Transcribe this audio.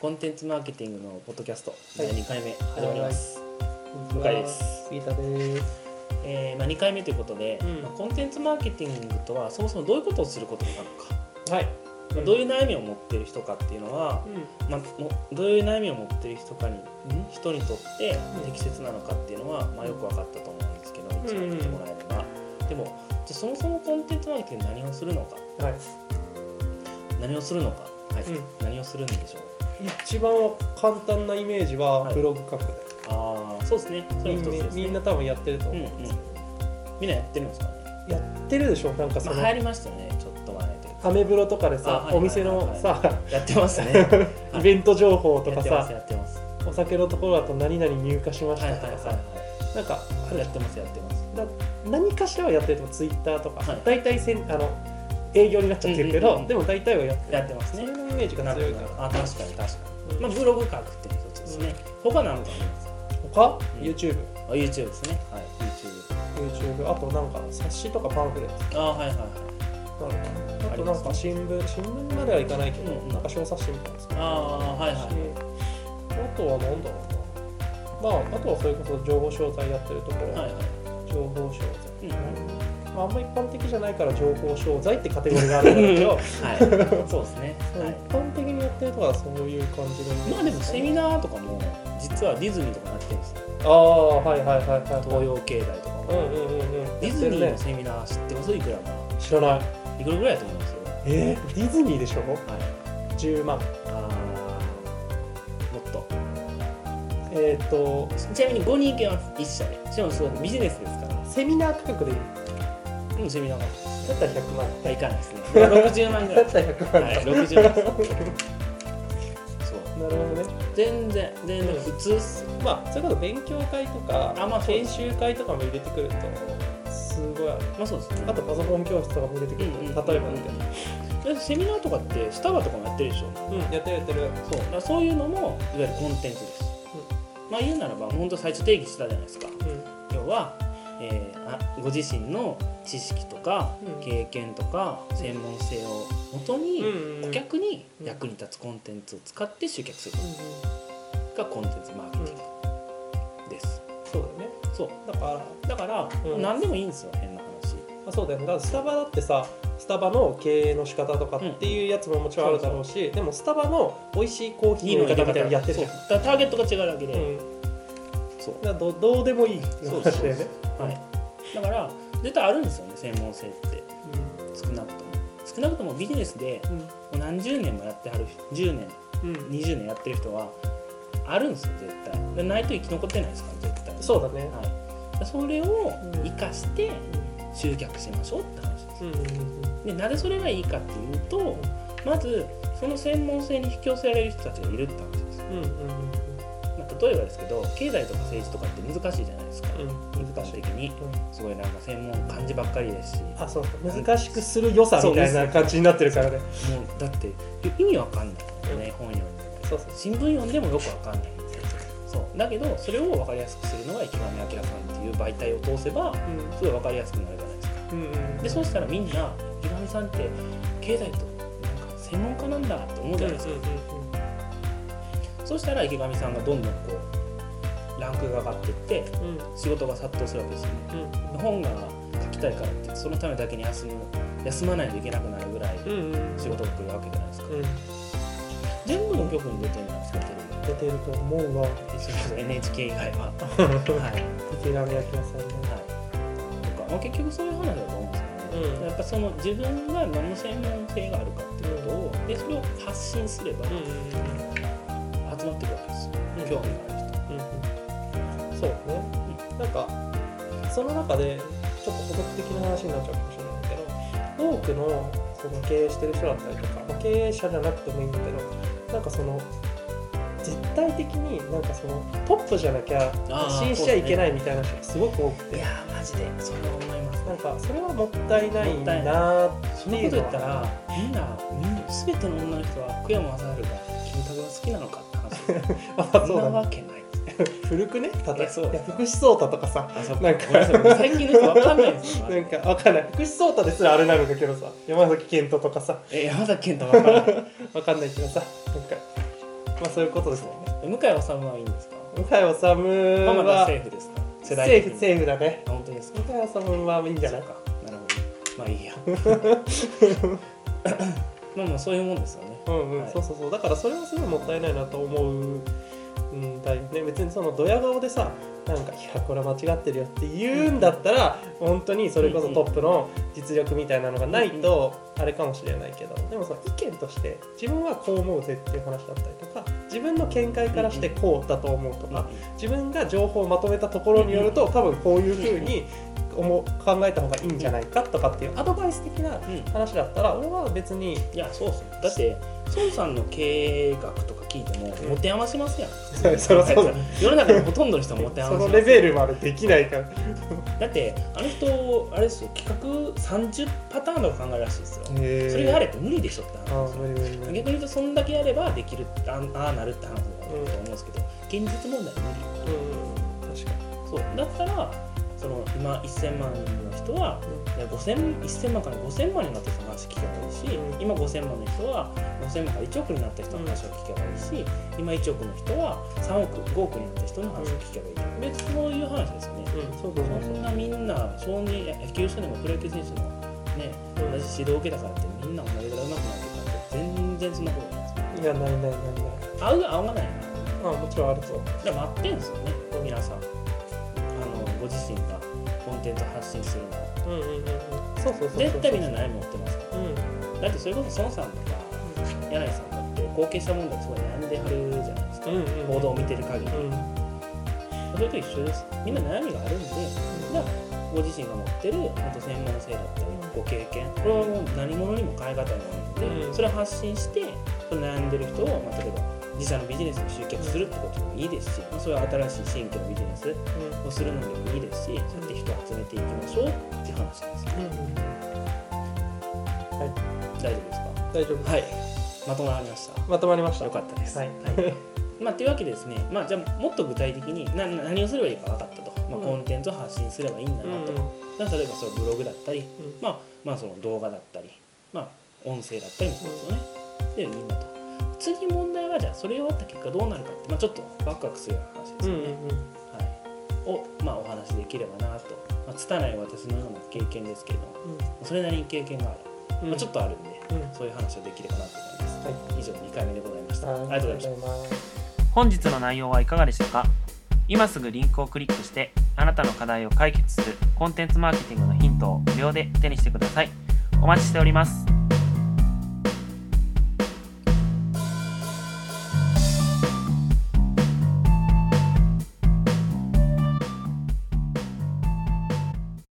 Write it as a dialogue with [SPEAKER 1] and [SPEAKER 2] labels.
[SPEAKER 1] コンテンツマーケティングのポッドキャスト第
[SPEAKER 2] はい
[SPEAKER 1] 2回目始まります、
[SPEAKER 2] こんにちは
[SPEAKER 1] 向井です
[SPEAKER 2] ピーターです。
[SPEAKER 1] えーまあ、2回目ということで、
[SPEAKER 2] うん
[SPEAKER 1] まあコンテンツマーケティングとはそもそもどういうことをすることなのか、
[SPEAKER 2] はい。
[SPEAKER 1] まあどういう悩みを持っている人かっていうのは、
[SPEAKER 2] うん。
[SPEAKER 1] まあ、もどういう悩みを持っている人かに人にとって適切なのかっていうのは、まあ、よく分かったと思うんですけど一番見てもらえれば、でもじゃあそもそもコンテンツマーケティング何をするのか
[SPEAKER 2] はい。
[SPEAKER 1] 何をするのか、はい
[SPEAKER 2] うん
[SPEAKER 1] 何をするんでしょう
[SPEAKER 2] 一番は簡単なイメージは
[SPEAKER 1] はい
[SPEAKER 2] ブログ書くね。
[SPEAKER 1] ああそうですねそれも一つです、ね、
[SPEAKER 2] みんな多分やってると
[SPEAKER 1] うんう
[SPEAKER 2] 思
[SPEAKER 1] ん
[SPEAKER 2] う。
[SPEAKER 1] みんなやってるんですかね、
[SPEAKER 2] やってるでしょ。なんかそ
[SPEAKER 1] まあ、
[SPEAKER 2] の、
[SPEAKER 1] 流行りましたよねちょっと前というか
[SPEAKER 2] アメブロとかで
[SPEAKER 1] あ
[SPEAKER 2] さ
[SPEAKER 1] は、い
[SPEAKER 2] お店
[SPEAKER 1] はい
[SPEAKER 2] の
[SPEAKER 1] はい
[SPEAKER 2] さ、
[SPEAKER 1] やってます ね はい
[SPEAKER 2] イベント情報と
[SPEAKER 1] や
[SPEAKER 2] か
[SPEAKER 1] ってます
[SPEAKER 2] さ、
[SPEAKER 1] やってます
[SPEAKER 2] お酒のところだと何々入荷しまし
[SPEAKER 1] はい
[SPEAKER 2] た
[SPEAKER 1] はいはい
[SPEAKER 2] とか
[SPEAKER 1] は
[SPEAKER 2] さ、なんかあ
[SPEAKER 1] い
[SPEAKER 2] る
[SPEAKER 1] やってますやってます
[SPEAKER 2] だ何かしらはやってると思う。ツイッターとか
[SPEAKER 1] はい、
[SPEAKER 2] 大体せんあの営業になっちゃってるけ
[SPEAKER 1] うんうんうんう
[SPEAKER 2] ど
[SPEAKER 1] ん、
[SPEAKER 2] でも大体はやってる。
[SPEAKER 1] やってます
[SPEAKER 2] そ
[SPEAKER 1] ね
[SPEAKER 2] れのイメージが
[SPEAKER 1] なる
[SPEAKER 2] 強い
[SPEAKER 1] ほ
[SPEAKER 2] か
[SPEAKER 1] ど
[SPEAKER 2] ら。
[SPEAKER 1] あ確かに確かに、まあ、
[SPEAKER 2] うん
[SPEAKER 1] ブログ書くっていうの一つですね、他何かありますか
[SPEAKER 2] 他
[SPEAKER 1] うん
[SPEAKER 2] YouTube。
[SPEAKER 1] あ YouTube ですねはい YouTube
[SPEAKER 2] YouTube あとなんか冊子とかパンフレット
[SPEAKER 1] ああはいはいはい
[SPEAKER 2] なのかなあとなん
[SPEAKER 1] ありま
[SPEAKER 2] か新聞新聞まではいかないけど、
[SPEAKER 1] うんうん
[SPEAKER 2] なんか小冊子みたいなですけ
[SPEAKER 1] ああはいはい
[SPEAKER 2] あとはなんだろうなまああとはそれこそ情報商材やってるところ、
[SPEAKER 1] はいはい
[SPEAKER 2] 情報商材、
[SPEAKER 1] うんは
[SPEAKER 2] まあ、あんま一般的じゃないから情報商材ってカテゴリーがあるんだ けど、
[SPEAKER 1] いそうですね
[SPEAKER 2] まあ
[SPEAKER 1] はい
[SPEAKER 2] 一般的にやってるとかはそういう感じのイメージ
[SPEAKER 1] まあでもセミナーとかも実はディズニーとかなってるんですよ
[SPEAKER 2] ああはいはいはいはい
[SPEAKER 1] 東洋経済とかも、
[SPEAKER 2] うんうんうんうん
[SPEAKER 1] ディズニー
[SPEAKER 2] や
[SPEAKER 1] の
[SPEAKER 2] ってるね
[SPEAKER 1] セミナー知ってますいくらか
[SPEAKER 2] 知らない
[SPEAKER 1] いくらぐらいだと思います
[SPEAKER 2] えー、ディズニーでしょ
[SPEAKER 1] はい
[SPEAKER 2] 10万
[SPEAKER 1] あーもっと
[SPEAKER 2] えっ、と
[SPEAKER 1] ちなみに5人行けます1社でしかもそうビジネスですから
[SPEAKER 2] セミナー価格でいい
[SPEAKER 1] うんセミナーが
[SPEAKER 2] だったら100万
[SPEAKER 1] いかない ですね60万ぐら
[SPEAKER 2] だ
[SPEAKER 1] い
[SPEAKER 2] ったら100万
[SPEAKER 1] はい60万そう
[SPEAKER 2] なるほどね
[SPEAKER 1] 全然全然
[SPEAKER 2] うん
[SPEAKER 1] 普通っす
[SPEAKER 2] まあそれこそ勉強会とか
[SPEAKER 1] あまあそうで
[SPEAKER 2] 研
[SPEAKER 1] す
[SPEAKER 2] 修会とかも入れてくるとすごいある
[SPEAKER 1] まあそうですね
[SPEAKER 2] あとパソコン教室とかも入れてく
[SPEAKER 1] うん
[SPEAKER 2] る
[SPEAKER 1] うんうん
[SPEAKER 2] と例えばみたいな
[SPEAKER 1] でセミナーとかってスタバとかもやってるでしょ
[SPEAKER 2] うんやってるやってる
[SPEAKER 1] そうだからそういうのもいわゆるコンテンツです、まあ言うならば本当最初定義したじゃないですか
[SPEAKER 2] うん
[SPEAKER 1] 要は、えーあご自身の知識とか
[SPEAKER 2] うん
[SPEAKER 1] 経験とか専門性をもとに
[SPEAKER 2] うんうん
[SPEAKER 1] 顧客に役に立つコンテンツを使って集客する
[SPEAKER 2] うんうん
[SPEAKER 1] がコンテンツマーケティングです、
[SPEAKER 2] そうだよね
[SPEAKER 1] そう
[SPEAKER 2] だから
[SPEAKER 1] だから、
[SPEAKER 2] うん
[SPEAKER 1] 何でもいいんですよ変な話
[SPEAKER 2] あそうだよねだからスタバだってさスタバの経営の仕方とかっていうやつももちろんあるだろうし、でもスタバの美味しいコーヒーの入れ方みたいなのやってるじ
[SPEAKER 1] そう
[SPEAKER 2] ゃん
[SPEAKER 1] だからターゲットが違うだけで、
[SPEAKER 2] うん
[SPEAKER 1] そう
[SPEAKER 2] だからどどうでもいいって
[SPEAKER 1] そうそ
[SPEAKER 2] 話だ
[SPEAKER 1] うそう
[SPEAKER 2] よね
[SPEAKER 1] はい、だから絶対あるんですよね専門性って少なくとも少なくともビジネスで
[SPEAKER 2] うん
[SPEAKER 1] もう何十年もやってはる人10年
[SPEAKER 2] うんうん
[SPEAKER 1] 20年やってる人はあるんですよ絶対でないと生き残ってないですから絶対
[SPEAKER 2] そうだね
[SPEAKER 1] はいで、それを
[SPEAKER 2] うん
[SPEAKER 1] 生かして集客しましょうって話です
[SPEAKER 2] うんうんうん
[SPEAKER 1] でなぜそれがいいかっていうとまずその専門性に引き寄せられる人たちがいるって話です、
[SPEAKER 2] うんうんうん
[SPEAKER 1] まあ、例えばですけど経済とか政治とかって難しいじゃないですか
[SPEAKER 2] うん
[SPEAKER 1] 難しい的にすごいなんか専門漢字ばっかりですし
[SPEAKER 2] あそう難しくする良さみたいな感じになってるからね
[SPEAKER 1] もうだって意味わかんないよね本読んでも
[SPEAKER 2] そうそう
[SPEAKER 1] 新聞読んでもよくわかんないんですよそうだけどそれを分かりやすくするのが池上彰さんっていう媒体を通せば
[SPEAKER 2] う
[SPEAKER 1] すごい分かりやすくなるじゃないですか
[SPEAKER 2] んうん
[SPEAKER 1] でそうしたらみんな池上さんって経済となんか専門家なんだって思うじゃないですか、そうしたら池上さんがどんどんこうランクが上がっていって
[SPEAKER 2] うんうん
[SPEAKER 1] 仕事が殺到するわけですよね本が書きたいからってそのためだけに休む休まないといけなくなるぐらい
[SPEAKER 2] うんうん
[SPEAKER 1] 仕事が来るわけじゃないですか、
[SPEAKER 2] うん
[SPEAKER 1] 全部の局に出てるんじゃないですかテレビ
[SPEAKER 2] 出てると思うわ
[SPEAKER 1] それこそ NHK 以外は、はい、
[SPEAKER 2] 池上彰さんね
[SPEAKER 1] はい、とか、まあ、結局そういう話だと思うんですよね、
[SPEAKER 2] うん
[SPEAKER 1] やっぱその自分が何の専門性があるかっていうことをでそれを発信すれば
[SPEAKER 2] うん
[SPEAKER 1] 集まってくるわけですよ、
[SPEAKER 2] うん
[SPEAKER 1] 興味がある人
[SPEAKER 2] うんうんそうねなんかその中でちょっと補足的な話になっちゃうかもしれないけど多くのその経営してる人だったりとか、まあ経営者じゃなくてもいいんだけどなんかその絶対的になんかそのトップじゃなきゃ
[SPEAKER 1] あー
[SPEAKER 2] 発信しちゃいけないみたいな人がすごく多くて、
[SPEAKER 1] いやーマジでそれは思います
[SPEAKER 2] なんかそれはもったいない
[SPEAKER 1] もっ
[SPEAKER 2] な
[SPEAKER 1] たい
[SPEAKER 2] ーっ
[SPEAKER 1] そんなこと言ったらみんなみんな全ての女の人は福山雅治がキムタクが好きなのかって話
[SPEAKER 2] あ
[SPEAKER 1] そ
[SPEAKER 2] そ
[SPEAKER 1] ん
[SPEAKER 2] う
[SPEAKER 1] な
[SPEAKER 2] だね
[SPEAKER 1] わけない
[SPEAKER 2] 古くね例
[SPEAKER 1] いや
[SPEAKER 2] え
[SPEAKER 1] そうだ
[SPEAKER 2] いや福士蒼汰とかさ
[SPEAKER 1] あそっ
[SPEAKER 2] なんか
[SPEAKER 1] ごめなさい最近の人わかんないですよ
[SPEAKER 2] なんかわかんない福士蒼汰ですらあれなんだけどさ山崎賢人とかさ
[SPEAKER 1] え山崎賢人わからない
[SPEAKER 2] わかんないけどさなんかまあそういうことですよね
[SPEAKER 1] 向井治はいいんですか
[SPEAKER 2] 向井治は
[SPEAKER 1] まあまだセーフですか世代
[SPEAKER 2] セ
[SPEAKER 1] 的
[SPEAKER 2] ー
[SPEAKER 1] に
[SPEAKER 2] フセーフだね
[SPEAKER 1] あ本当ですか
[SPEAKER 2] 向井治はいいんじゃない
[SPEAKER 1] そうかなるほどまあいい やまあまあそういうもんですよね
[SPEAKER 2] うんうん、
[SPEAKER 1] はい
[SPEAKER 2] そうそうそうだからそれはすごいもったいないなと思うんだよね別にそのドヤ顔でさなんか「いやこれは間違ってるよ」って言うんだったら、本当にそれこそトップの実力みたいなのがないとあれかもしれないけどでもその意見として自分はこう思うぜっていう話だったりとか自分の見解からしてこうだと思うとか自分が情報をまとめたところによると多分こういうふうに思う考えた方がいいんじゃないかとかっていうアドバイス的な
[SPEAKER 1] うん
[SPEAKER 2] 話だったら俺は別に
[SPEAKER 1] いやそうそうだって孫さんの経営学とか聞いても
[SPEAKER 2] うん
[SPEAKER 1] 持て余しますやん
[SPEAKER 2] そりゃそうだ
[SPEAKER 1] 世の中のほとんどの人は持て
[SPEAKER 2] そ
[SPEAKER 1] 余し
[SPEAKER 2] の
[SPEAKER 1] ます
[SPEAKER 2] レベルまでできないから
[SPEAKER 1] だってあの人あれですよ企画30パターンの考えらしいですよそ
[SPEAKER 2] そ
[SPEAKER 1] れがあれって無理でしょって
[SPEAKER 2] あ
[SPEAKER 1] 話です
[SPEAKER 2] ー
[SPEAKER 1] よ逆
[SPEAKER 2] 無理無理無理
[SPEAKER 1] に言うとそんだけやればできるあああなるって話だと思うんですけど、現実問題は無理
[SPEAKER 2] うん確か
[SPEAKER 1] そうだったらその今1000万の人は5000 1000万から5000万になった人の話聞けばいいし、
[SPEAKER 2] うん
[SPEAKER 1] 今5000万の人は5000万から1億になった人の話を聞けばいいし、今1億の人は3億5億になった人の話を聞けばいい、別にそういう話ですよね、
[SPEAKER 2] にうんそうそう
[SPEAKER 1] そんなみんな少年野球選手でもプロ野球選手でもね同じ指導を受けたからってみんな同じぐらいうまくなってるかって全然そんなことないですよ
[SPEAKER 2] いやないないないない
[SPEAKER 1] 合う合わない
[SPEAKER 2] あもちろんあると
[SPEAKER 1] で待ってんですよね皆さんあのご自身がコンテンツを発信するのは
[SPEAKER 2] うんうんうんうんそうそうそうそう
[SPEAKER 1] 絶対みんな悩み持ってますか
[SPEAKER 2] うん
[SPEAKER 1] らだってそれこそ孫さんとか柳井さんだって後継者問題すごい悩んではるじゃないですか
[SPEAKER 2] うんうん
[SPEAKER 1] 報道を見てる限り
[SPEAKER 2] うん
[SPEAKER 1] それと一緒ですみんな悩みがあるんでだからご自身が持ってる本当専門性だったりご経験これはもう何者にも変え難いものなの
[SPEAKER 2] うん
[SPEAKER 1] でそれを発信してその悩んでる人を、まあ、例えば自社のビジネスに集客するってこともいいですし、まあ、そういう新しい新規のビジネスをするのでもいいですしそうやって人を集めていきましょうっていう話なんですよ
[SPEAKER 2] うんうん
[SPEAKER 1] 大丈夫ですか
[SPEAKER 2] 大丈夫
[SPEAKER 1] はいまとまりました
[SPEAKER 2] まとまりました
[SPEAKER 1] よかったです。
[SPEAKER 2] はい
[SPEAKER 1] まあ、というわけでですね、まあ、じゃあもっと具体的にな何をすればいいか分かったと、まあ、
[SPEAKER 2] うん
[SPEAKER 1] コンテンツを発信すればいいんだ
[SPEAKER 2] う
[SPEAKER 1] なと、
[SPEAKER 2] んうん
[SPEAKER 1] だから例えばそのブログだったり、
[SPEAKER 2] ん
[SPEAKER 1] まあ、まあその動画だったり、まあ、音声だったりもそうですよね。でいいんだと次問題はじゃあそれを終わった結果どうなるかって、まあ、ちょっとワクワクするような話です
[SPEAKER 2] う
[SPEAKER 1] よ
[SPEAKER 2] ん
[SPEAKER 1] ね。
[SPEAKER 2] うんうん
[SPEAKER 1] はい、を、まあ、お話しできればなと、まあ、拙い私のような経験ですけれどもそれなりに経験があ
[SPEAKER 2] う
[SPEAKER 1] る、
[SPEAKER 2] ん
[SPEAKER 1] まあ、ちょっとあるんで
[SPEAKER 2] うん
[SPEAKER 1] そういう話をできればなと思います。
[SPEAKER 2] はい
[SPEAKER 1] 以上2回目でございました。あ
[SPEAKER 2] は
[SPEAKER 1] りがとうございました。
[SPEAKER 2] ありがとうございます
[SPEAKER 3] 本日の内容はいかがでしたか今すぐリンクをクリックしてあなたの課題を解決するコンテンツマーケティングのヒントを無料で手にしてくださいお待ちしております